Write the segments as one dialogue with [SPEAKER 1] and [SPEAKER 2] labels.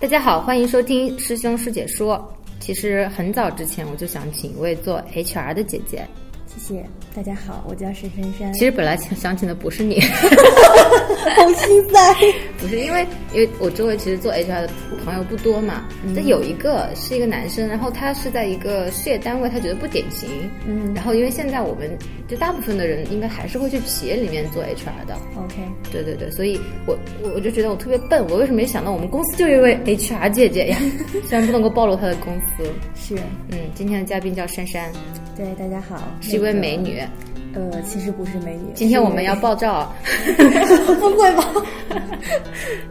[SPEAKER 1] 大家好，欢迎收听师兄师姐说。其实很早之前我就想请一位做 HR 的姐姐，
[SPEAKER 2] 谢谢大家好，我叫沈珊珊。
[SPEAKER 1] 其实本来想想请的不是你，
[SPEAKER 2] 好心塞，
[SPEAKER 1] 不是因为因为我周围其实做 HR 的朋友不多嘛，但有一个是一个男生，然后他是在一个事业单位，他觉得不典型，
[SPEAKER 2] 嗯
[SPEAKER 1] 然后因为现在我们就大部分的人应该还是会去企业里面做 HR 的，
[SPEAKER 2] ，OK，
[SPEAKER 1] 对对对，所以我我我就觉得我特别笨，我为什么没想到我们公司就有一位 HR 姐姐呀？虽然不能够暴露她的公司，
[SPEAKER 2] 是
[SPEAKER 1] 嗯，今天的嘉宾叫珊珊，
[SPEAKER 2] 对大家好，
[SPEAKER 1] 是一位美女。
[SPEAKER 2] 那个。呃，其实不是美女。
[SPEAKER 1] 今天
[SPEAKER 2] 是
[SPEAKER 1] 我们要爆 照，
[SPEAKER 2] 不会吧？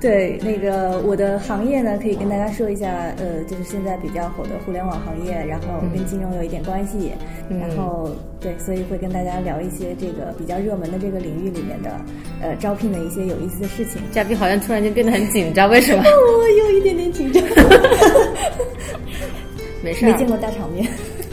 [SPEAKER 2] 对，那个我的行业呢，可以跟大家说一下，呃，就是现在比较火的互联网行业，然后跟金融有一点关系，
[SPEAKER 1] 嗯
[SPEAKER 2] 然后对，所以会跟大家聊一些这个比较热门的这个领域里面的，呃，招聘的一些有意思的事情。
[SPEAKER 1] 嘉宾好像突然间变得很紧张，为什么？
[SPEAKER 2] 我有一点点紧张，
[SPEAKER 1] 没事 啊
[SPEAKER 2] 没
[SPEAKER 1] 儿，
[SPEAKER 2] 见过大场面。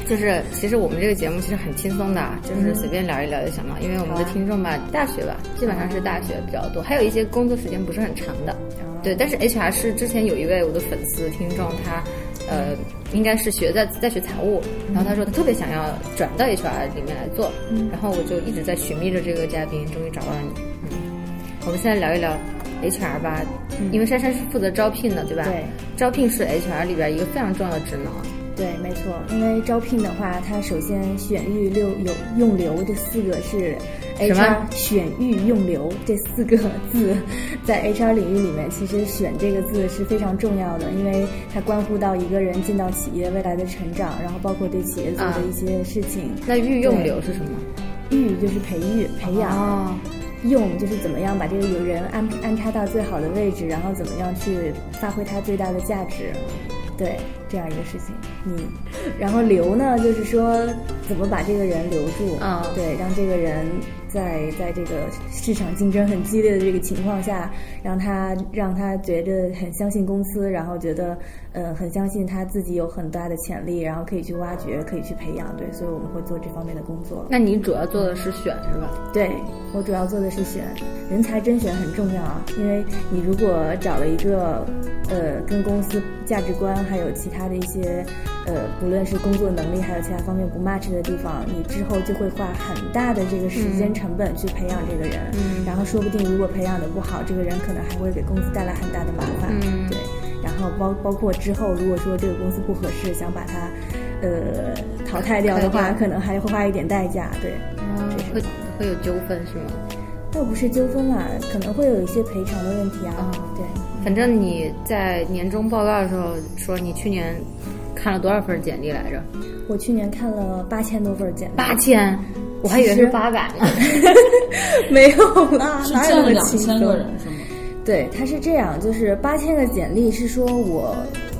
[SPEAKER 1] 就是其实我们这个节目其实很轻松的，啊就是随便聊一聊就行了。因为我们的听众吧，大学吧，基本上是大学比较多，还有一些工作时间不是很长的。 对，但是 HR 是之前有一位我的粉丝听众，他呃应该是学在在学财务，然后他说他特别想要转到 HR 里面来做，
[SPEAKER 2] 嗯
[SPEAKER 1] 然后我就一直在寻觅着这个嘉宾，终于找到了你。嗯，我们现在聊一聊 HR 吧，因为珊珊是负责招聘的，对吧？
[SPEAKER 2] 嗯对，
[SPEAKER 1] 招聘是 HR 里边一个非常重要的职能。
[SPEAKER 2] 对，没错，因为招聘的话，它首先选育留有用留这四个是
[SPEAKER 1] 什
[SPEAKER 2] HR
[SPEAKER 1] 么
[SPEAKER 2] 选育用留这四个字，在 HR 领域里面，其实选这个字是非常重要的，因为它关乎到一个人进到企业未来的成长，然后包括对企业做
[SPEAKER 1] 啊
[SPEAKER 2] 的一些事情。
[SPEAKER 1] 那御用流是什么？
[SPEAKER 2] 育就是培育、培养。
[SPEAKER 1] 哦，
[SPEAKER 2] 用就是怎么样把这个有人安安插到最好的位置，然后怎么样去发挥它最大的价值，对这样一个事情。嗯，然后留呢，就是说怎么把这个人留住，
[SPEAKER 1] 啊
[SPEAKER 2] 对，让这个人在在这个市场竞争很激烈的这个情况下，让他让他觉得很相信公司，然后觉得呃很相信他自己有很大的潜力，然后可以去挖掘，可以去培养，对，所以我们会做这方面的工作。
[SPEAKER 1] 那你主要做的是选是吧？
[SPEAKER 2] 对我主要做的是选人才甄选很重要啊，因为你如果找了一个呃跟公司价值观还有其他的一些呃不论是工作能力还有其他方面不 match 的地方，你之后就会花很大的这个时间成本去培养这个人，
[SPEAKER 1] 嗯
[SPEAKER 2] 然后说不定如果培养的不好，这个人可能还会给公司带来很大的麻烦，
[SPEAKER 1] 嗯
[SPEAKER 2] 对。然后包包括之后，如果说这个公司不合适，想把它，呃，淘汰掉的
[SPEAKER 1] 淘汰
[SPEAKER 2] 话，
[SPEAKER 1] 掉
[SPEAKER 2] 可能还会花一点代价，对。
[SPEAKER 1] 会会有纠纷是吗？
[SPEAKER 2] 倒不是纠纷啦，可能会有一些赔偿的问题啊。
[SPEAKER 3] 嗯
[SPEAKER 1] 啊
[SPEAKER 2] 对，
[SPEAKER 1] 反正你在年终报告的时候说你去年看了多少份简历来着？
[SPEAKER 2] 我去年看了八千多份儿简历，
[SPEAKER 1] 八千，我还以为
[SPEAKER 2] 其
[SPEAKER 1] 是
[SPEAKER 2] 实
[SPEAKER 1] 八百呢。
[SPEAKER 2] 没有啦，
[SPEAKER 3] 是
[SPEAKER 2] 哪有
[SPEAKER 3] 占
[SPEAKER 2] 那么
[SPEAKER 3] 两
[SPEAKER 2] 轻
[SPEAKER 3] 千
[SPEAKER 2] 松？
[SPEAKER 3] 个人是吗？
[SPEAKER 2] 对，他是这样，就是八千个简历是说我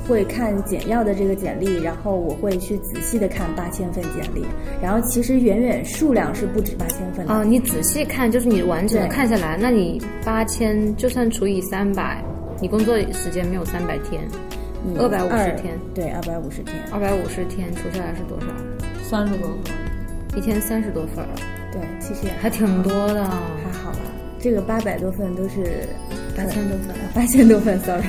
[SPEAKER 2] 会看简要的这个简历，然后我会去仔细的看八千份简历，然后其实远远数量是不止八千份的。
[SPEAKER 1] 哦，你仔细看，就是你完整的
[SPEAKER 2] 对
[SPEAKER 1] 看下来，那你八千就算除以三百，你工作时间没有三百天，
[SPEAKER 2] 嗯
[SPEAKER 1] 250
[SPEAKER 2] 二
[SPEAKER 1] 天
[SPEAKER 2] 对，二百五十天，
[SPEAKER 1] 二百五十天除下来是多少？
[SPEAKER 3] 三十多个，
[SPEAKER 1] 一天三十多份儿，
[SPEAKER 2] 对，其实也还
[SPEAKER 1] 还挺多的。
[SPEAKER 3] 嗯
[SPEAKER 2] 还好吧。这个八百多份都是
[SPEAKER 1] 八千多份，
[SPEAKER 2] 八千多份，sorry。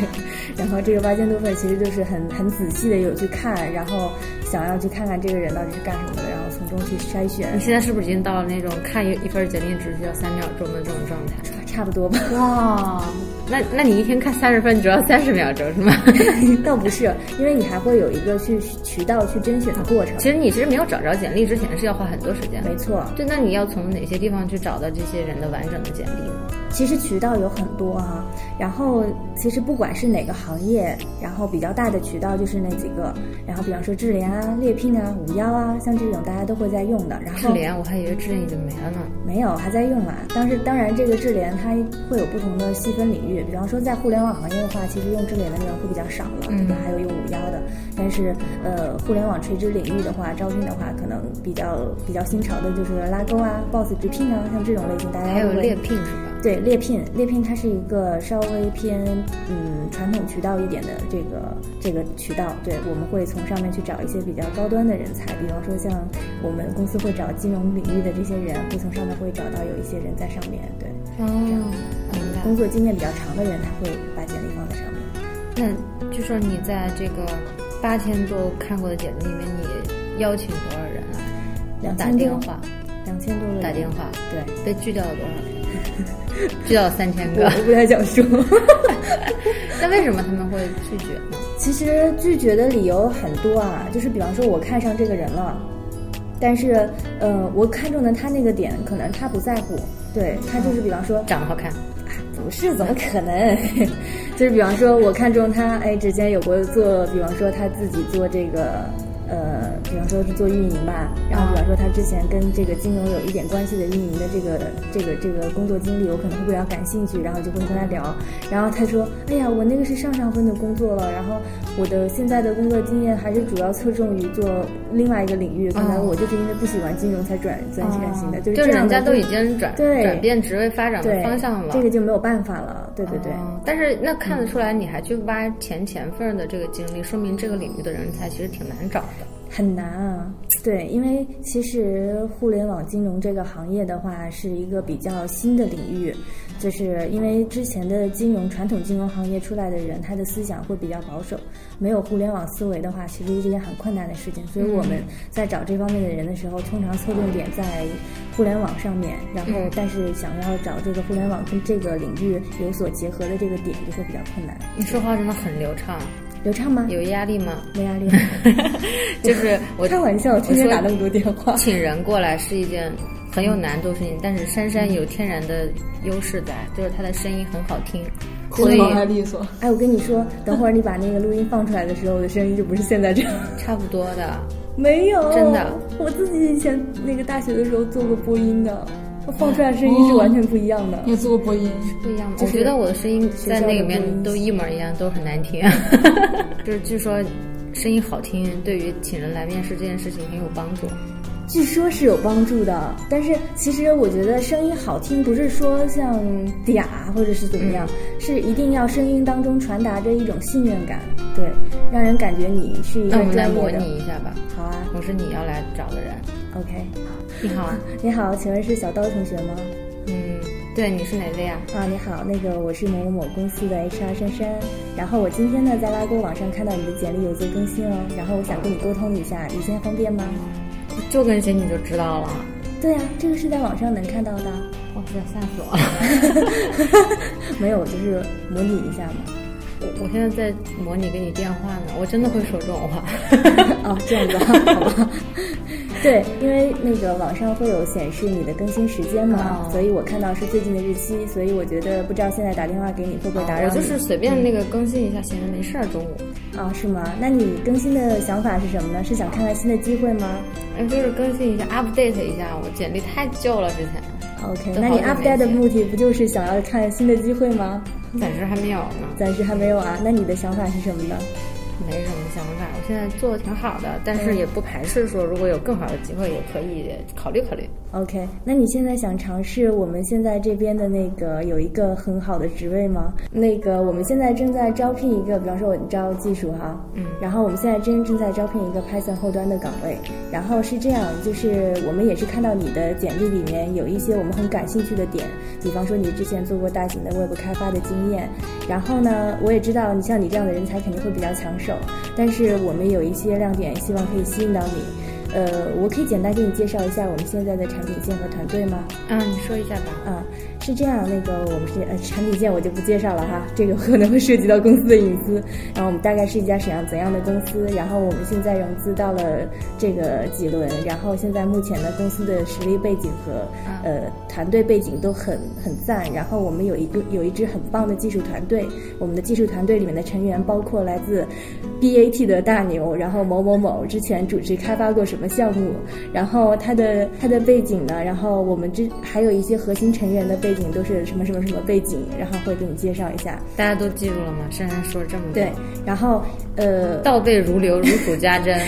[SPEAKER 2] 然 后这个八千多份其实就是很很仔细的有去看，然后想要去看看这个人到底是干什么的，然后从中去筛选
[SPEAKER 1] 你，现在是不是已经到了那种看一一份简历只需要三秒钟的这种状态？
[SPEAKER 2] 差不多吧。
[SPEAKER 1] 哇，哦那那你一天看三十分，只要 三十秒钟是 吗？
[SPEAKER 2] 倒不是，因为你还会有一个去渠道去甄选的过程。
[SPEAKER 1] 其实你其实没有找着简历之前是要花很多时间的
[SPEAKER 2] 没。错，
[SPEAKER 1] 对，那你要从哪些地方去找到这些人的完整的简历呢？
[SPEAKER 2] 其实渠道有很多啊。然后其实不管是哪个行业，然后比较大的渠道就是那几个。然后比方说智联啊、猎聘啊、五幺啊，像这种大家都会在用的。然
[SPEAKER 1] 智
[SPEAKER 2] 后
[SPEAKER 1] 联，我还以为智联已经没了呢。
[SPEAKER 2] 没有，还在用啦。当时当然，这个智联它会有不同的细分领域，比方说在互联网行业的话，其实用智联的人会比较少了，
[SPEAKER 1] 嗯
[SPEAKER 2] 对吧？还有用五幺的，但是呃，互联网垂直领域的话，招聘的话，可能比较比较新潮的就是拉钩啊、Boss 直聘啊，像这种类型，大家
[SPEAKER 1] 还有
[SPEAKER 2] 会
[SPEAKER 1] 猎聘是吧？
[SPEAKER 2] 对猎聘，猎聘它是一个稍微偏嗯传统渠道一点的这个这个渠道，对，我们会从上面去找一些比较高端的人才，比方说像我们公司会找金融领域的这些人，会从上面会找到有一些人在上面，对，嗯
[SPEAKER 1] 哦，明白。
[SPEAKER 2] 工作经验比较长的人，他会把简历放在上面。
[SPEAKER 1] 那据说你在这个八千多看过的帖子里面，你邀请多少人啊？
[SPEAKER 2] 两
[SPEAKER 1] 打
[SPEAKER 2] 千
[SPEAKER 1] 电
[SPEAKER 2] 多，
[SPEAKER 1] 话，
[SPEAKER 2] 两千多个人
[SPEAKER 1] 打电话，
[SPEAKER 2] 对，
[SPEAKER 1] 被拒掉了多少人？ 拒掉了三千 个。
[SPEAKER 2] 我不太想说。
[SPEAKER 1] 那为什么他们会拒绝呢？
[SPEAKER 2] 其实拒绝的理由很多啊，就是比方说我看上这个人了，但是呃，我看中了他那个点，可能他不在乎，对他就是比方说
[SPEAKER 1] 长得好看，
[SPEAKER 2] 不是，怎么可能？ 就是比方说，我看中他，哎，之前有过做，比方说他自己做这个，呃，比方说是做运营吧，然后比方说他之前跟这个金融有一点关系的运营的这个这个这个工作经历，我可能会比较感兴趣，然后就会跟他聊，然后他说，哎呀，我那个是上上分的工作了，然后我的现在的工作经验还是主要侧重于做另外一个领域，可能
[SPEAKER 1] 哦
[SPEAKER 2] 我就是因为不喜欢金融才转转转型的，就是
[SPEAKER 1] 啊就
[SPEAKER 2] 这样
[SPEAKER 1] 人
[SPEAKER 2] 的
[SPEAKER 1] 家都
[SPEAKER 2] 会
[SPEAKER 1] 已经转
[SPEAKER 2] 对
[SPEAKER 1] 转变职位发展的
[SPEAKER 2] 对
[SPEAKER 1] 方向了。
[SPEAKER 2] 这个就没有办法了，对对对。嗯
[SPEAKER 1] 哦但是那看得出来，你还去挖前前份儿的这个经历，说明这个领域的人才其实挺难找的。
[SPEAKER 2] 很难啊，对，因为其实互联网金融这个行业的话，是一个比较新的领域，就是因为之前的金融传统金融行业出来的人，他的思想会比较保守，没有互联网思维的话，其实是一件很困难的事情。所以我
[SPEAKER 1] 嗯
[SPEAKER 2] 们在找这方面的人的时候，通常侧重点在互联网上面，然后
[SPEAKER 1] 嗯
[SPEAKER 2] 但是想要找这个互联网跟这个领域有所结合的这个点，就会比较困难。
[SPEAKER 1] 你说话真的很流 畅，
[SPEAKER 2] 流畅吗？
[SPEAKER 1] 有压力 吗？
[SPEAKER 2] 没压力。
[SPEAKER 1] 就是 我
[SPEAKER 2] 开玩笑，天天
[SPEAKER 1] 我说
[SPEAKER 2] 打那么多电话。
[SPEAKER 1] 请人过来是一件很有难度的事情，但是珊珊有天然的优势在，就是她的声音很好听，所以
[SPEAKER 3] 利索。
[SPEAKER 2] 哎，我跟你说，等会儿你把那个录音放出来的时候，我的声音就不是现在这样。
[SPEAKER 1] 差不多的。
[SPEAKER 2] 没有，
[SPEAKER 1] 真的，
[SPEAKER 2] 我自己以前那个大学的时候做过播音的，我放出来声音是
[SPEAKER 1] 哦
[SPEAKER 2] 完全不一样的。
[SPEAKER 3] 你有做过播音？
[SPEAKER 1] 不一样吗？
[SPEAKER 2] 就
[SPEAKER 1] 我
[SPEAKER 2] 是
[SPEAKER 1] 觉得我的声音在那里面都一模一样，都很难听。 就是据说声音好听对于请人来面试这件事情很有帮助。
[SPEAKER 2] 据说是有帮助的，但是其实我觉得声音好听，不是说像嗲或者是怎么样，
[SPEAKER 1] 嗯
[SPEAKER 2] 是一定要声音当中传达着一种信任感，对，让人感觉你是一个
[SPEAKER 1] 那我们来
[SPEAKER 2] 专
[SPEAKER 1] 模
[SPEAKER 2] 业的。
[SPEAKER 1] 拟一下吧。
[SPEAKER 2] 好啊
[SPEAKER 1] 我是你要来找的人，
[SPEAKER 2] ，OK。
[SPEAKER 1] 你好，啊
[SPEAKER 2] 你好，请问是小刀同学吗？
[SPEAKER 1] 嗯，对，你是哪位啊？
[SPEAKER 2] 啊，你好，那个我是某某某公司的 HR 珊珊，然后我今天呢在拉勾网上看到你的简历有做更新哦，然后我想跟你沟通一下，你现在方便吗？
[SPEAKER 1] 就跟谁你就知道了。
[SPEAKER 2] 对啊，这个是在网上能看到的，
[SPEAKER 1] 哇塞，吓死我了！
[SPEAKER 2] 没有，就是模拟一下嘛。
[SPEAKER 1] 我我现在在模拟给你电话呢，我真的会说这种话。
[SPEAKER 2] 哦，这样子，好吧。 对，因为那个网上会有显示你的更新时间嘛，
[SPEAKER 1] 哦
[SPEAKER 2] 所以我看到是最近的日期，所以我觉得不知道现在打电话给你会不会打扰
[SPEAKER 1] 我
[SPEAKER 2] 你。
[SPEAKER 1] 就是随便那个更新一下，闲着没事儿中午。
[SPEAKER 2] 啊、是吗？那你更新的想法是什么呢？是想看看新的机会吗？
[SPEAKER 1] 嗯，就是更新一下，update 一下，我简历太旧了，之前
[SPEAKER 2] OK，
[SPEAKER 1] 都
[SPEAKER 2] 那
[SPEAKER 1] 好
[SPEAKER 2] 你
[SPEAKER 1] 久没
[SPEAKER 2] update 的
[SPEAKER 1] 见
[SPEAKER 2] 目的不就是想要看新的机会吗？
[SPEAKER 1] 暂时还没有呢，
[SPEAKER 2] 暂时还没有啊，那你的想法是什么呢？
[SPEAKER 1] 没什么想法。我现在做的挺好的，但
[SPEAKER 2] 嗯
[SPEAKER 1] 是也不排斥说如果有更好的机会，也可以考虑考虑。
[SPEAKER 2] OK，那你现在想尝试我们现在这边的那个有一个很好的职位吗？那个我们现在正在招聘一个，比方说我招技术哈，
[SPEAKER 1] 嗯
[SPEAKER 2] 然后我们现在正正在招聘一个 Python 后端的岗位。然后是这样，就是我们也是看到你的简历里面有一些我们很感兴趣的点，比方说你之前做过大型的 Web 开发的经验，然后呢，我也知道你像你这样的人才肯定会比较抢手，但是我们有一些亮点，希望可以吸引到你。呃，我可以简单给你介绍一下我们现在的产品线和团队吗？
[SPEAKER 1] 啊，你说一下吧。
[SPEAKER 2] 啊，是这样，那个我们是呃产品线我就不介绍了哈，这个可能会涉及到公司的隐私。然后我们大概是一家怎样怎样的公司，然后我们现在融资到了这个几轮，然后现在目前呢公司的实力背景和呃团队背景都很很赞，然后我们有一个有一支很棒的技术团队，我们的技术团队里面的成员包括来自 BAT 的大牛，然后某某某之前主持开发过什么项目，然后他的他的背景呢，然后我们之还有一些核心成员的背景都是什么什么什么背景，然后会给你介绍一下。
[SPEAKER 1] 大家都记住了吗？珊珊说了这么多，
[SPEAKER 2] 对，然后呃，
[SPEAKER 1] 倒背如流，如数家 珍，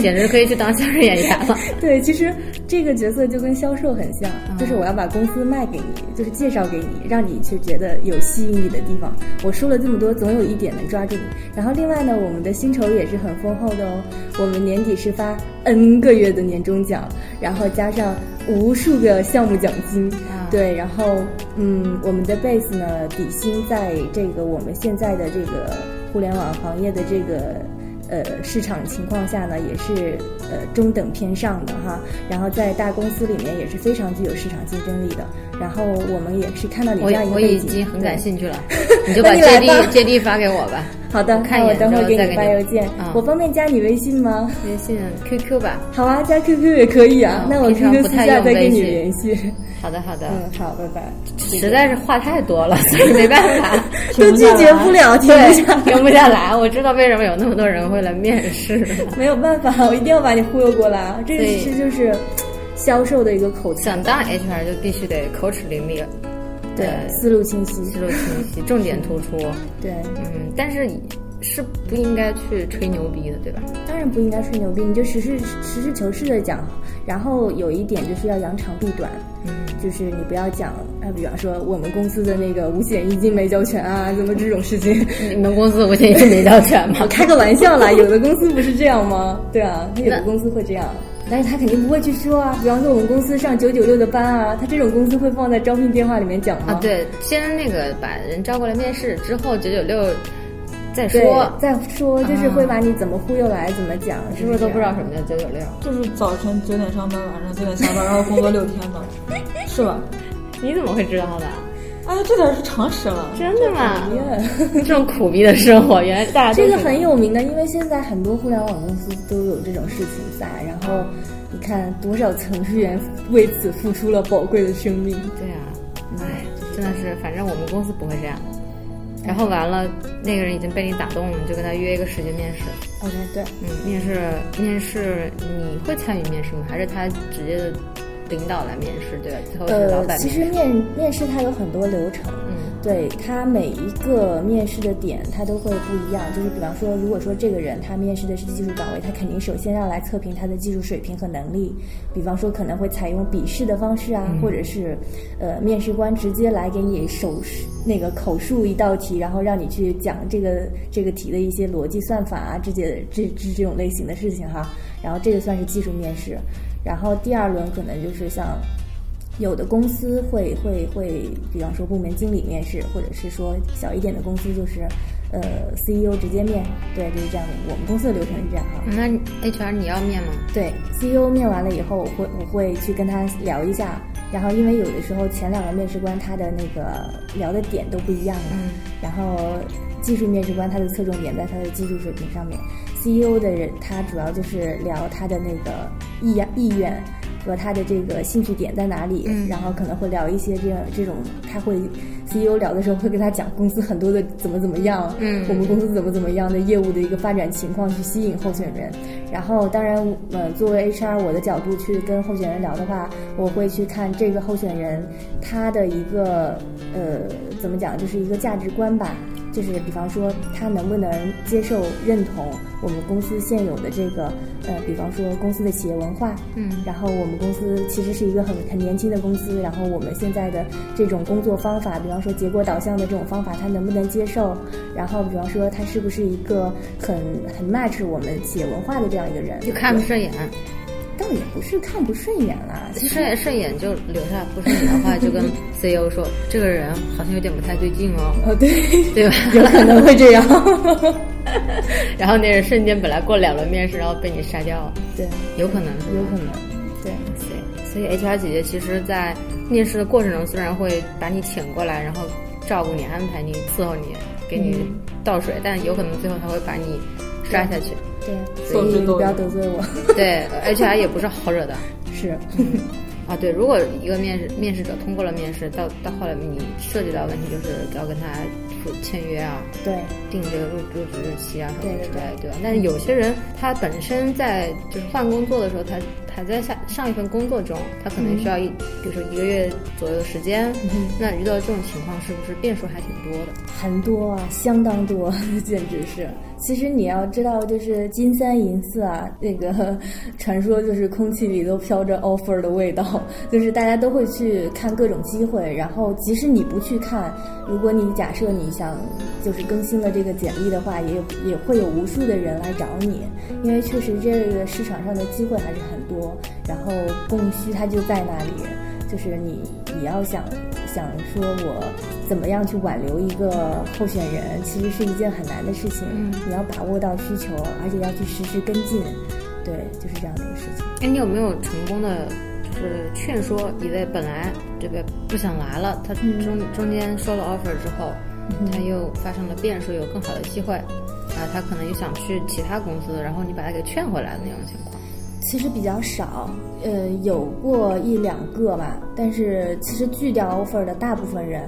[SPEAKER 1] 简直可以去当相声演员了。
[SPEAKER 2] 对，其实这个角色就跟销售很像，就是我要把公司卖给你，就是介绍给你，让你去觉得有吸引你的地方。我说了这么多，总有一点能抓住你。然后另外呢，我们的薪酬也是很丰厚的哦，我们年底是发 N 个月的年终奖，然后加上无数个项目奖金。
[SPEAKER 1] 啊
[SPEAKER 2] 对，然后嗯，我们的 base 呢，底薪在这个我们现在的这个互联网行业的这个。呃，市场情况下呢，也是呃中等偏上的哈。然后在大公司里面也是非常具有市场竞争力的。然后我们也是看到你这样一个
[SPEAKER 1] 我
[SPEAKER 2] 背
[SPEAKER 1] 已
[SPEAKER 2] 景，
[SPEAKER 1] 经很
[SPEAKER 2] 对
[SPEAKER 1] 感兴 趣了，你就把
[SPEAKER 2] 那你来
[SPEAKER 1] JD
[SPEAKER 2] 吧
[SPEAKER 1] JD 发给我 吧，
[SPEAKER 2] 好的，
[SPEAKER 1] 看一
[SPEAKER 2] 那我
[SPEAKER 1] 眼
[SPEAKER 2] 等会
[SPEAKER 1] 之
[SPEAKER 2] 儿
[SPEAKER 1] 后
[SPEAKER 2] 给
[SPEAKER 1] 再
[SPEAKER 2] 你
[SPEAKER 1] 给
[SPEAKER 2] 发
[SPEAKER 1] 你
[SPEAKER 2] 邮件。
[SPEAKER 1] 啊
[SPEAKER 2] 我方便加你微信吗？
[SPEAKER 1] 微信 QQ 吧。
[SPEAKER 2] 好啊，加 QQ 也可以啊。
[SPEAKER 1] 嗯
[SPEAKER 2] 那我
[SPEAKER 1] 平常
[SPEAKER 2] QQ
[SPEAKER 1] 不
[SPEAKER 2] 私
[SPEAKER 1] 太
[SPEAKER 2] 下
[SPEAKER 1] 用
[SPEAKER 2] 再跟
[SPEAKER 1] 微
[SPEAKER 2] 你
[SPEAKER 1] 信
[SPEAKER 2] 联系。
[SPEAKER 1] 好的好的，
[SPEAKER 2] 嗯，好，拜拜。
[SPEAKER 1] 实在是话太多了，所以没办法，
[SPEAKER 2] 都拒绝不了，停不下来。
[SPEAKER 1] 对，停不下来。我知道为什么有那么多人会来面试，
[SPEAKER 2] 没有办法，我一定要把你忽悠过来啊！这
[SPEAKER 1] 对
[SPEAKER 2] 是就是销售的一个口才，
[SPEAKER 1] 想当 HR 就必须得口齿伶俐，对
[SPEAKER 2] 对思路清晰，
[SPEAKER 1] 思路清晰，重点突出。
[SPEAKER 2] 对，
[SPEAKER 1] 嗯，但是是不应该去吹牛逼的，对吧？
[SPEAKER 2] 当然不应该吹牛逼，你就实事实事求是的讲。然后有一点就是要扬长避短，
[SPEAKER 1] 嗯，
[SPEAKER 2] 就是你不要讲，啊，比方说我们公司的那个五险一金没交全啊，怎么这种事 情？
[SPEAKER 1] 你们公司五险一金没交全吗
[SPEAKER 2] 我？开个玩笑啦，有的公司不是这样吗？对啊，他有的
[SPEAKER 1] 那
[SPEAKER 2] 公司会这样。但是他肯定不会去说啊，比方说我们公司上九九六的班啊，他这种公司会放在招聘电话里面讲
[SPEAKER 1] 啊，
[SPEAKER 2] 吗？
[SPEAKER 1] 对，先那个把人招过来面试之后，九九六再
[SPEAKER 2] 对
[SPEAKER 1] 说，
[SPEAKER 2] 再说就是会把你怎么忽悠来，怎么讲，
[SPEAKER 1] 是不
[SPEAKER 2] 不
[SPEAKER 1] 是
[SPEAKER 2] 是
[SPEAKER 1] 都不知
[SPEAKER 2] 这样？
[SPEAKER 1] 道什么叫九九六？
[SPEAKER 3] 就是早晨九点上班，晚上九点下班，然后工作六天嘛，是吧？
[SPEAKER 1] 你怎么会知道的？啊
[SPEAKER 3] 哎，这点是常识了。
[SPEAKER 1] 真的 吗？
[SPEAKER 2] Yeah
[SPEAKER 1] 这种苦逼的生活，原来大家都
[SPEAKER 2] 这个
[SPEAKER 1] 知道
[SPEAKER 2] 很有名的，因为现在很多互联网公司都有这种事情在，然后你看多少程序员为此付出了宝贵的生命。
[SPEAKER 1] 对啊，哎，真的是，反正我们公司不会这样。然后完了，那个人已经被你打动了，你就跟他约一个时间面试。
[SPEAKER 2] OK，对，
[SPEAKER 1] 嗯，面试面试，你会参与面试吗？还是他直接的领导来面试，对吧？最后是老
[SPEAKER 2] 呃，
[SPEAKER 1] 板
[SPEAKER 2] 其
[SPEAKER 1] 面
[SPEAKER 2] 实
[SPEAKER 1] 试。
[SPEAKER 2] 面面试它有很多流程。
[SPEAKER 1] 嗯
[SPEAKER 2] 对他每一个面试的点，他都会不一样。就是比方说，如果说这个人他面试的是技术岗位，他肯定首先要来测评他的技术水平和能力。比方说，可能会采用笔试的方式啊，或者是呃，面试官直接来给你手那个口述一道题，然后让你去讲这个这个题的一些逻辑算法啊，这些这这这种类型的事情哈。然后这个算是技术面试。然后第二轮可能就是像有的公司会会会，比方说部门经理面试，或者是说小一点的公司就是，呃，CEO 直接面，对，就是这样的。我们公司的流程是这样啊。
[SPEAKER 1] 那 HR 你要面吗？
[SPEAKER 2] 对，CEO 面完了以后，我会我会去跟他聊一下，然后因为有的时候前两个面试官他的那个聊的点都不一样嘛，
[SPEAKER 1] 嗯
[SPEAKER 2] 然后技术面试官他的侧重点在他的技术水平上面，CEO E 的人他主要就是聊他的那个意愿意愿和他的这个兴趣点在哪里，
[SPEAKER 1] 嗯
[SPEAKER 2] 然后可能会聊一些这样这种，他会 CEO 聊的时候会跟他讲公司很多的怎么怎么样，
[SPEAKER 1] 嗯
[SPEAKER 2] 我们公司怎么怎么样的业务的一个发展情况去吸引候选人。然后，当然，呃，作为 HR 我的角度去跟候选人聊的话，我会去看这个候选人他的一个呃怎么讲，就是一个价值观吧。就是比方说，他能不能接受认同我们公司现有的这个，呃，比方说公司的企业文化，
[SPEAKER 1] 嗯
[SPEAKER 2] 然后我们公司其实是一个很很年轻的公司，然后我们现在的这种工作方法，比方说结果导向的这种方法，他能不能接受？然后比方说他是不是一个很很 match 我们企业文化的这样一个人？
[SPEAKER 1] 就看不顺眼，
[SPEAKER 2] 嗯倒也不是看不顺眼啦，其实
[SPEAKER 1] 顺 眼顺眼就留下，不顺眼的话就跟
[SPEAKER 2] 嗯
[SPEAKER 1] CEO 说，这个人好像有点不太对劲哦，
[SPEAKER 2] 呃对，
[SPEAKER 1] 对吧？
[SPEAKER 2] 有可能会这样。
[SPEAKER 1] 然后那人瞬间本来过两轮面试，然后被你杀掉了，
[SPEAKER 2] 对，
[SPEAKER 1] 有可能，
[SPEAKER 2] 有可能。对，
[SPEAKER 1] 对，所以 HR 姐姐其实，在面试的过程中，虽然会把你请过来，然后照顾你、安排你、伺候你、给你倒水，但有可能最后她会把你刷下去。
[SPEAKER 2] 对，
[SPEAKER 3] 斗
[SPEAKER 2] 所
[SPEAKER 3] 智
[SPEAKER 2] 以
[SPEAKER 3] 斗
[SPEAKER 2] 不要
[SPEAKER 3] 勇
[SPEAKER 2] 得罪我。
[SPEAKER 1] 对，HR 也不是好惹的
[SPEAKER 2] 是，
[SPEAKER 1] 啊。对，如果一个面试面试者通过了面试，到到后来你涉及到的问题就是要跟他付签约啊，
[SPEAKER 2] 对，
[SPEAKER 1] 定这个入入职日期啊什么
[SPEAKER 2] 对
[SPEAKER 1] 之
[SPEAKER 2] 对
[SPEAKER 1] 类的，对吧？但是有些人他本身在就是换工作的时候，他还在下上一份工作中，他可能需要一，
[SPEAKER 2] 嗯
[SPEAKER 1] 比如说一个月左右的时间。那遇到这种情况，是不是变数还挺多的？
[SPEAKER 2] 很多啊，相当多， 简直是。其实你要知道，就是金三银四啊，那个传说就是空气里都飘着 offer 的味道，就是大家都会去看各种机会。然后即使你不去看，如果你假设你想就是更新了这个简历的话，也有也会有无数的人来找你，因为确实这个市场上的机会还是很多，然后供需它就在那里。就是你你要想想说我怎么样去挽留一个候选人，其实是一件很难的事情。
[SPEAKER 1] 嗯
[SPEAKER 2] 你要把握到需求，而且要去实时跟进，对，就是这样的一个事情。
[SPEAKER 1] 哎，你有没有成功的，就是劝说一位本来这个不想来了，他
[SPEAKER 2] 嗯
[SPEAKER 1] 中中间收了 offer 之后，他又发生了变数，有更好的机会，啊，他可能又想去其他公司，然后你把他给劝回来的那种情况？
[SPEAKER 2] 其实比较少，呃，有过一两个吧。但是其实拒掉 offer 的大部分人，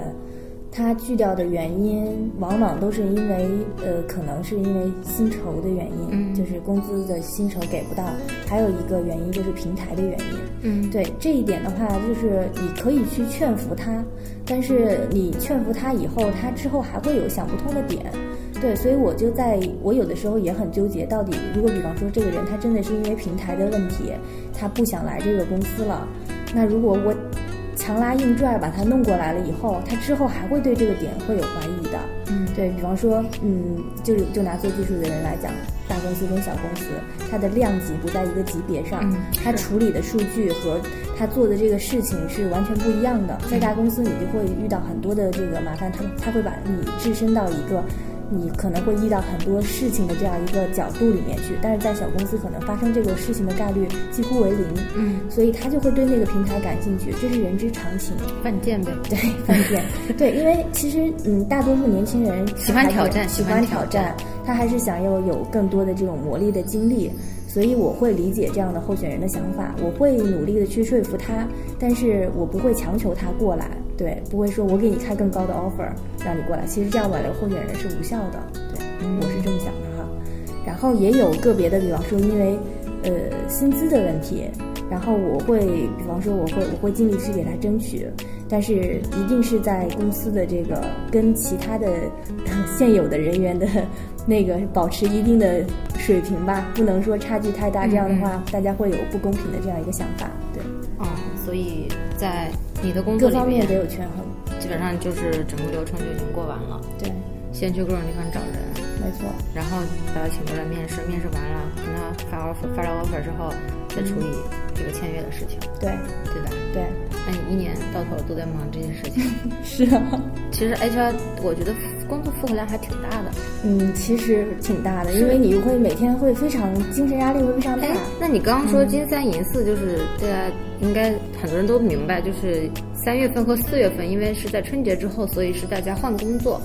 [SPEAKER 2] 他拒掉的原因往往都是因为，呃，可能是因为薪酬的原因，
[SPEAKER 1] 嗯
[SPEAKER 2] 就是工资的薪酬给不到；还有一个原因就是平台的原因。
[SPEAKER 1] 嗯，
[SPEAKER 2] 对这一点的话，就是你可以去劝服他，但是你劝服他以后，他之后还会有想不通的点。对，所以我就在我有的时候也很纠结，到底如果比方说这个人他真的是因为平台的问题，他不想来这个公司了，那如果我强拉硬拽把他弄过来了以后，他之后还会对这个点会有怀疑的。
[SPEAKER 1] 嗯
[SPEAKER 2] 对比方说，嗯，就是就拿做技术的人来讲，大公司跟小公司，它的量级不在一个级别上，
[SPEAKER 1] 嗯
[SPEAKER 2] 它处理的数据和它做的这个事情是完全不一样
[SPEAKER 1] 嗯
[SPEAKER 2] 的。在大公司，你就会遇到很多的这个麻烦，他他会把你置身到一个。你可能会遇到很多事情的这样一个角度里面去，但是在小公司可能发生这个事情的概率几乎为零，
[SPEAKER 1] 嗯，
[SPEAKER 2] 所以他就会对那个平台感兴趣，这是人之常情。
[SPEAKER 1] 犯贱 呗。
[SPEAKER 2] 对，饭店，对，因为其实嗯，大多数年轻人
[SPEAKER 1] 喜欢
[SPEAKER 2] 他还
[SPEAKER 1] 挑
[SPEAKER 2] 有
[SPEAKER 1] 战
[SPEAKER 2] 喜
[SPEAKER 1] 喜欢
[SPEAKER 2] 欢
[SPEAKER 1] 挑
[SPEAKER 2] 挑战，他还是想要有更多的这种磨砺的经历，所以我会理解这样的候选人的想法，我会努力的去说服他，但是我不会强求他过来，对，不会说我给你开更高的 offer 让你过来，其实这样挽留候选人是无效的，对，我是这么想的哈。然后也有个别的，比方说因为呃薪资的问题，然后我会，比方说我会我会尽力去给他争取，但是一定是在公司的这个跟其他的现有的人员的那个保持一定的水平吧，不能说差距太大，这样的话大家会有不公平的这样一个想法，对，
[SPEAKER 1] 嗯，所以在你的工作
[SPEAKER 2] 各
[SPEAKER 1] 里
[SPEAKER 2] 方面
[SPEAKER 1] 面
[SPEAKER 2] 得，有权衡，
[SPEAKER 1] 基本上就是整个流程就已经过完了，
[SPEAKER 2] 对，
[SPEAKER 1] 先去各种地方找人，
[SPEAKER 2] 没错，
[SPEAKER 1] 然后把他请过来面试，面试完了，等他发 offer 发了 offer 之后，再处理这个签约的事情，
[SPEAKER 2] 对
[SPEAKER 1] 对吧？
[SPEAKER 2] 对，
[SPEAKER 1] 那你一年到头都在忙这些事情，
[SPEAKER 2] 是啊。
[SPEAKER 1] 其实 HR 我觉得工作负荷量还挺大的。
[SPEAKER 2] 嗯，其实挺大的，因为你会每天会非常精神压力会非常大
[SPEAKER 1] 哎。，那你刚刚说金三银四，就是大家应该很多人都明白，就是三月份和四月份，因为是在春节之后，所以是大家换工作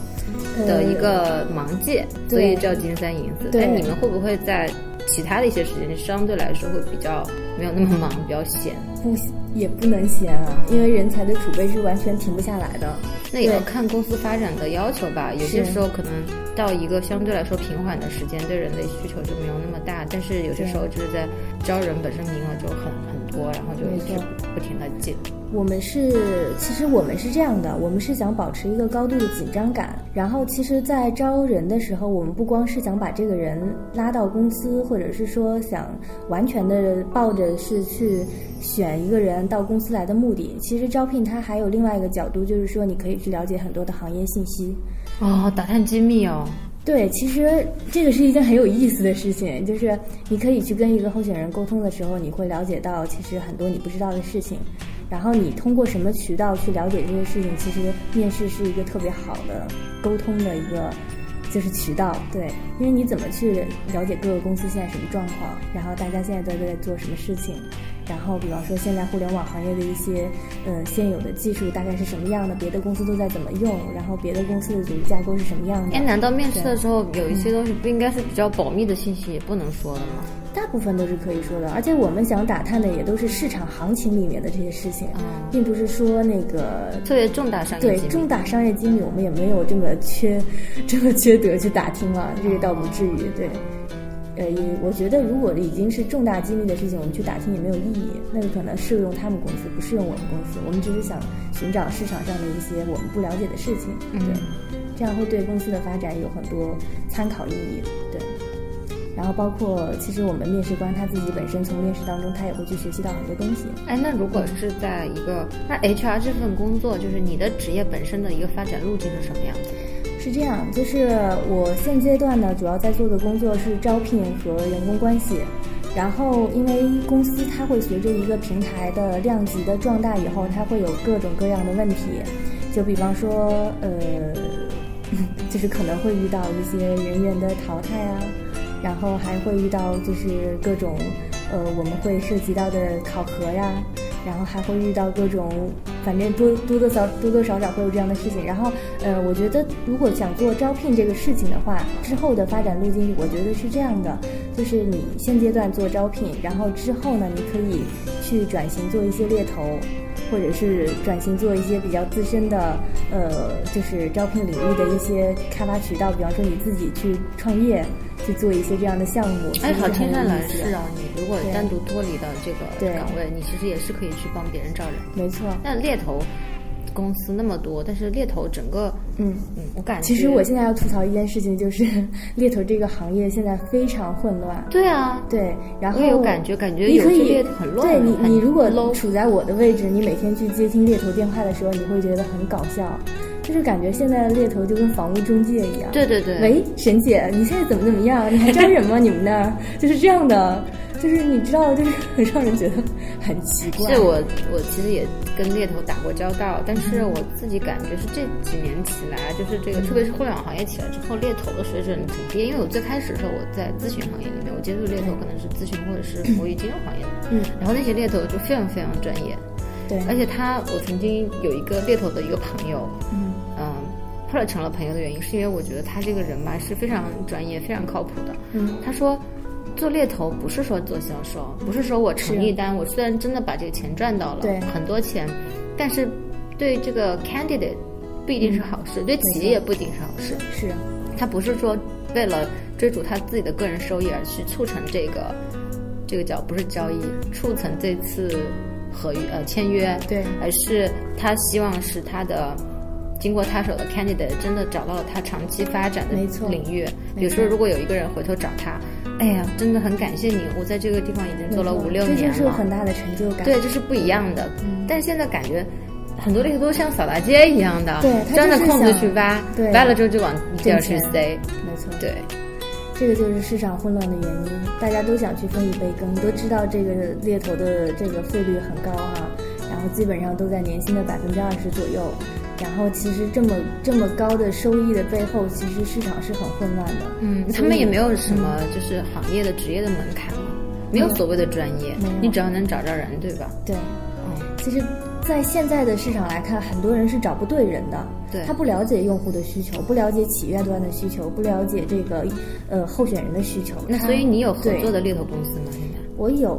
[SPEAKER 1] 的一个忙季，所以叫金三银四。
[SPEAKER 2] 对
[SPEAKER 1] 但你们会不会在其他的一些时间相对来说会比较没有那么忙，比较闲？
[SPEAKER 2] 不也不能闲啊，因为人才的储备是完全停不下来的。
[SPEAKER 1] 那也要
[SPEAKER 2] 对
[SPEAKER 1] 看公司发展的要求吧。有些
[SPEAKER 2] 是
[SPEAKER 1] 时候可能到一个相对来说平缓的时间，对人的需求就没有那么大。但是有些时候就是在招人本身名额就很很多，然后就一直
[SPEAKER 2] 没错
[SPEAKER 1] 不停的进。
[SPEAKER 2] 我们是，其实我们是这样的，我们是想保持一个高度的紧张感。然后，其实，在招人的时候，我们不光是想把这个人拉到公司，或者是说想完全的抱着是去选一个人到公司来的目的。其实招聘它还有另外一个角度，就是说你可以去了解很多的行业信息。
[SPEAKER 1] 哦，打探机密哦，
[SPEAKER 2] 对，其实这个是一件很有意思的事情，就是你可以去跟一个候选人沟通的时候，你会了解到其实很多你不知道的事情，然后你通过什么渠道去了解这些事情，其实面试是一个特别好的沟通的一个就是渠道，对，因为你怎么去了解各个公司现在什么状况，然后大家现在都在做什么事情，然后比方说现在互联网行业的一些呃现有的技术大概是什么样的，别的公司都在怎么用，然后别的公司的组织架构是什么样的
[SPEAKER 1] 哎，。难道面试的时候有一
[SPEAKER 2] 嗯
[SPEAKER 1] 些东西不应该是比较保密的信息，也不能说的吗？
[SPEAKER 2] 大部分都是可以说的，而且我们想打探的也都是市场行情里面的这些事情，啊
[SPEAKER 1] 嗯
[SPEAKER 2] 并不是说那个
[SPEAKER 1] 特别重大商业
[SPEAKER 2] 对
[SPEAKER 1] 机密。
[SPEAKER 2] 重大商业机密，我们也没有这么缺这么缺德去打听啊，这个倒不至于。对，呃，也我觉得如果已经是重大机密的事情，我们去打听也没有意义，那个可能适用他们公司，不适用我们公司。我们只是想寻找市场上的一些我们不了解的事情，
[SPEAKER 1] 嗯
[SPEAKER 2] 对，这样会对公司的发展有很多参考意义，对。然后包括，其实我们面试官他自己本身从面试当中，他也会去学习到很多东西。
[SPEAKER 1] 哎，那如果是在一个那 HR 这份工作，就是你的职业本身的一个发展路径是什么样子？
[SPEAKER 2] 是这样，就是我现阶段呢，主要在做的工作是招聘和员工关系。然后，因为公司它会随着一个平台的量级的壮大以后，它会有各种各样的问题。就比方说，呃， 就是可能会遇到一些人员的淘汰啊，然后还会遇到就是各种，呃，我们会涉及到的考核呀、然后还会遇到各种，反正多多多少多多少少会有这样的事情。然后，呃，我觉得如果想做招聘这个事情的话，之后的发展路径，我觉得是这样的，就是你现阶段做招聘，然后之后呢，你可以去转型做一些猎头，或者是转型做一些比较自身的，呃，就是招聘领域的一些开发渠道，比方说你自己去创业，去做一些这样的项目。
[SPEAKER 1] 哎，
[SPEAKER 2] 其实
[SPEAKER 1] 好
[SPEAKER 2] 很
[SPEAKER 1] 听
[SPEAKER 2] 有
[SPEAKER 1] 上
[SPEAKER 2] 意
[SPEAKER 1] 来
[SPEAKER 2] 思
[SPEAKER 1] 是
[SPEAKER 2] 的
[SPEAKER 1] 啊，你如果
[SPEAKER 2] 对
[SPEAKER 1] 单独脱离到这个
[SPEAKER 2] 对
[SPEAKER 1] 岗位，你其实也是可以去帮别人招人。
[SPEAKER 2] 没错，
[SPEAKER 1] 但猎头公司那么多，但是猎头整个，
[SPEAKER 2] 嗯。
[SPEAKER 1] 嗯，我感觉
[SPEAKER 2] 其实我现在要吐槽一件事情，就是猎头这个行业现在非常混乱。
[SPEAKER 1] 对啊，
[SPEAKER 2] 对，然后
[SPEAKER 1] 我有感觉感觉
[SPEAKER 2] 你
[SPEAKER 1] 有
[SPEAKER 2] 可
[SPEAKER 1] 些
[SPEAKER 2] 以
[SPEAKER 1] 猎头很乱
[SPEAKER 2] 对你，
[SPEAKER 1] 很
[SPEAKER 2] 你如果
[SPEAKER 1] low
[SPEAKER 2] 处在我的位置，你每天去接听猎头电话的时候，你会觉得很搞笑，就是感觉现在的猎头就跟房屋中介一样。
[SPEAKER 1] 对对对，
[SPEAKER 2] 喂，沈姐，你现在怎么怎么样？你还 招人吗？你们那儿就是这样的，就是你知道，就是很让人觉得很奇怪。
[SPEAKER 1] 是我我其实也跟猎头打过交道，但是
[SPEAKER 2] 嗯
[SPEAKER 1] 我自己感觉是这几年起来，就是这个特别是互联网行业起来之后，猎头的水准挺低。因为我最开始的时候我在咨询行业里面，我接触猎头可能是咨询或者是服务于金融行业的，
[SPEAKER 2] 嗯，
[SPEAKER 1] 然后那些猎头就非常非常专业，
[SPEAKER 2] 对，
[SPEAKER 1] 而且他我曾经有一个猎头的一个朋友，
[SPEAKER 2] 嗯
[SPEAKER 1] 嗯，后来成了朋友的原因，是因为我觉得他这个人吧是非常专业、非常靠谱的。
[SPEAKER 2] 嗯，
[SPEAKER 1] 他说，做猎头不是说做销售，不是说我成一单，我虽然真的把这个钱赚到了
[SPEAKER 2] 对
[SPEAKER 1] 很多钱，但是对这个 candidate 不一定是好
[SPEAKER 2] 嗯
[SPEAKER 1] 事，对企业也不一定是好事。
[SPEAKER 2] 是
[SPEAKER 1] 他不是说为了追逐他自己的个人收益而去促成这个这个叫不是交易，促成这次合约呃签约，
[SPEAKER 2] 对
[SPEAKER 1] 而是他希望是他的。经过他手的 candidate 真的找到了他长期发展的
[SPEAKER 2] 没错
[SPEAKER 1] 领域，比
[SPEAKER 2] 没
[SPEAKER 1] 如说，
[SPEAKER 2] 错
[SPEAKER 1] 如果有一个人回头找他，哎呀，真的很感谢你，我在这个地方已经做了五六
[SPEAKER 2] 这
[SPEAKER 1] 年
[SPEAKER 2] 就
[SPEAKER 1] 了，
[SPEAKER 2] 是有很大的嗯成就感。
[SPEAKER 1] 对，这是不一样的。但是现在感觉很多猎头都像扫大街一样的，
[SPEAKER 2] 对他
[SPEAKER 1] 钻着
[SPEAKER 2] 就是
[SPEAKER 1] 空子
[SPEAKER 2] 想
[SPEAKER 1] 去挖，
[SPEAKER 2] 对
[SPEAKER 1] 挖了之后就往一边
[SPEAKER 2] 挣
[SPEAKER 1] 儿去
[SPEAKER 2] 钱
[SPEAKER 1] 塞，
[SPEAKER 2] 没错，
[SPEAKER 1] 对。
[SPEAKER 2] 这个就是市场混乱的原因，大家都想去分一杯羹，都知道这个猎头的这个费率很高哈、然后基本上都在年薪的百分之二十左右，然后其实这么这么高的收益的背后，其实市场是很混乱的，
[SPEAKER 1] 嗯，他
[SPEAKER 2] 所以
[SPEAKER 1] 们也没有什么就是行业的职业的门槛嘛，没有所谓的专业
[SPEAKER 2] 嗯没有，
[SPEAKER 1] 你只要能找着人，对吧？
[SPEAKER 2] 对。
[SPEAKER 1] 嗯，
[SPEAKER 2] 其实，在现在的市场来看，很多人是找不对人的。
[SPEAKER 1] 对
[SPEAKER 2] 他不了解用户的需求，不了解企业端的需求，不了解这个呃候选人的需求。
[SPEAKER 1] 那
[SPEAKER 2] 他
[SPEAKER 1] 所以你有合
[SPEAKER 2] 对
[SPEAKER 1] 作的猎头公司吗？现在？
[SPEAKER 2] 我有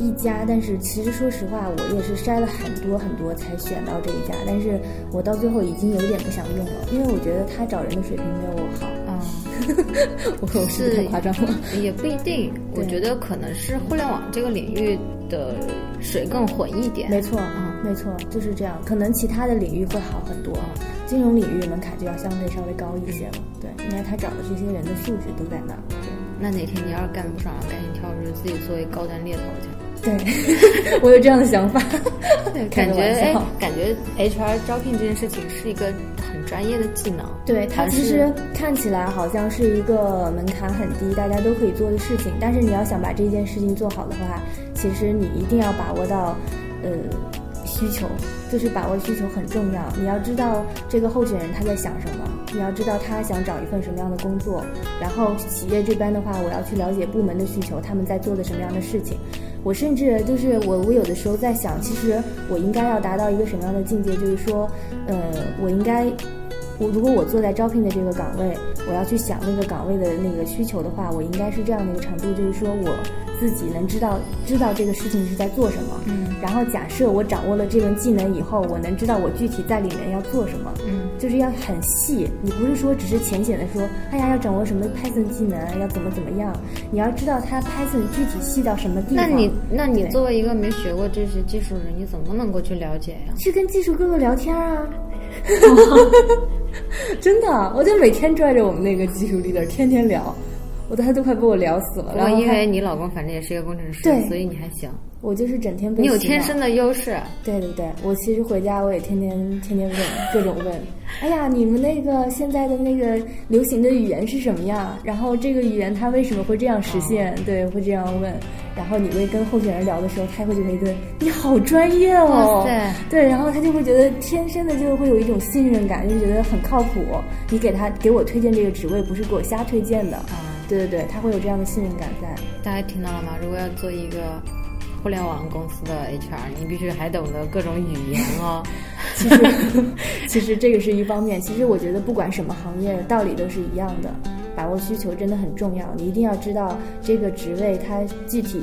[SPEAKER 2] 一家，但是其实说实话，我也是筛了很多很多才选到这一家，但是我到最后已经有点不想用了，因为我觉得他找人的水平没有我好。
[SPEAKER 1] 啊、
[SPEAKER 2] 我我是不是太夸张了？
[SPEAKER 1] 呃也不一定。我
[SPEAKER 2] 对
[SPEAKER 1] 觉得可能是互联网这个领域的水更混一点。
[SPEAKER 2] 没错，啊
[SPEAKER 1] 嗯
[SPEAKER 2] 没错，就是这样。可能其他的领域会好很多，啊金融领域门槛就要相对稍微高一些了。对，因为他找的这些人的素质都在那儿。
[SPEAKER 1] 那哪天你要是干不上了，赶紧跳出去自己做一高端猎头去。
[SPEAKER 2] 对， 我有这样的想法，开
[SPEAKER 1] 感
[SPEAKER 2] 个
[SPEAKER 1] 觉
[SPEAKER 2] 玩
[SPEAKER 1] 哎
[SPEAKER 2] 笑。，
[SPEAKER 1] 感觉 HR 招聘这件事情是一个很专业的技能。
[SPEAKER 2] 对
[SPEAKER 1] 嗯
[SPEAKER 2] 它
[SPEAKER 1] 还
[SPEAKER 2] 其
[SPEAKER 1] 是
[SPEAKER 2] 实看起来好像是一个门槛很低，大家都可以做的事情，但是你要想把这件事情做好的话，其实你一定要把握到，呃，需求，就是把握需求很重要。你要知道这个候选人他在想什么，你要知道他想找一份什么样的工作，然后企业这边的话，我要去了解部门的需求，他们在做的什么样的事情。我甚至就是我，我有的时候在想，其实我应该要达到一个什么样的境界，就是说，呃，我应该我如果我坐在招聘的这个岗位，我要去想那个岗位的那个需求的话，我应该是这样的一个程度，就是说我自己能知道知道这个事情是在做什么，
[SPEAKER 1] 嗯，
[SPEAKER 2] 然后假设我掌握了这门技能以后，我能知道我具体在里面要做什么，
[SPEAKER 1] 嗯，
[SPEAKER 2] 就是要很细，你不是说只是浅显的说，哎呀要掌握什么 Python 技能，要怎么怎么样，你要知道它 Python 具体细到什么地
[SPEAKER 1] 那
[SPEAKER 2] 方。
[SPEAKER 1] 你那你
[SPEAKER 2] 嗯对
[SPEAKER 1] 作为一个没学过这些技术的人，你怎么能够去了解呀？
[SPEAKER 2] 去跟技术哥哥聊天啊。真的，我就每天拽着我们那个技术 leader 天天聊，我都他都快把我聊死了。
[SPEAKER 1] 不
[SPEAKER 2] 然
[SPEAKER 1] 过
[SPEAKER 2] 后
[SPEAKER 1] 哦因
[SPEAKER 2] 他
[SPEAKER 1] 为你老公反正也是一个工程师
[SPEAKER 2] 对，
[SPEAKER 1] 所以你还行，
[SPEAKER 2] 我就是整天被
[SPEAKER 1] 你有
[SPEAKER 2] 洗脑
[SPEAKER 1] 天生的优势。
[SPEAKER 2] 对对对，我其实回家我也天天天天问各种问，哎呀，你们那个现在的那个流行的语言是什么呀？然后这个语言它为什么会这样实现？对，会这样问。然后你会跟候选人聊的时候，他会觉得一顿你好专业哦，
[SPEAKER 1] 哇塞
[SPEAKER 2] 对，然后他就会觉得天生的就会有一种信任感，就是觉得很靠谱。你给他给我推荐这个职位，不是给我瞎推荐的，对对对，他会有这样的信任感在。
[SPEAKER 1] 大家听到了吗？如果要做一个互联网公司的 HR，你必须还懂得各种语言哦。
[SPEAKER 2] 其实，其实这个是一方面。其实我觉得，不管什么行业，道理都是一样的。把握需求真的很重要，你一定要知道这个职位它具体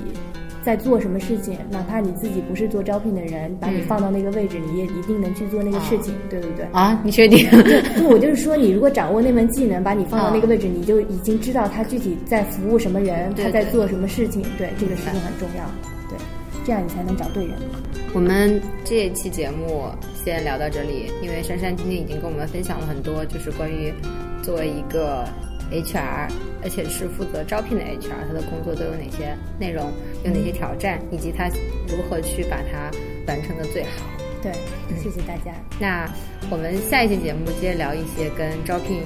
[SPEAKER 2] 在做什么事情。哪怕你自己不是做招聘的人，把你放到那个位置，你也一定能去做那个事情，对不对？
[SPEAKER 1] 嗯啊，你确 定？
[SPEAKER 2] 不，我就是说，你如果掌握那门技能，把你放到那个位置，你就已经知道他具体在服务什么人，
[SPEAKER 1] 啊对
[SPEAKER 2] 他在
[SPEAKER 1] 对
[SPEAKER 2] 做什么事情。对，这个事情很重要。对，这样你才能找对人。
[SPEAKER 1] 我们这一期节目先聊到这里，因为珊珊今天已经跟我们分享了很多，就是关于作为一个 HR，而且是负责招聘的 HR，他的工作都有哪些内容，有哪些挑战，以及他如何去把它完成的最好。
[SPEAKER 2] 对，
[SPEAKER 1] 嗯
[SPEAKER 2] 谢谢大家。
[SPEAKER 1] 那我们下一期节目接着聊一些跟招聘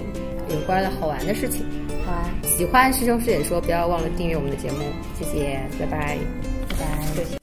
[SPEAKER 1] 有关的好玩的事情。
[SPEAKER 2] 好啊，
[SPEAKER 1] 喜欢师兄师姐说，不要忘了订阅我们的节目，谢谢，拜拜。
[SPEAKER 2] 拜拜。
[SPEAKER 1] 对。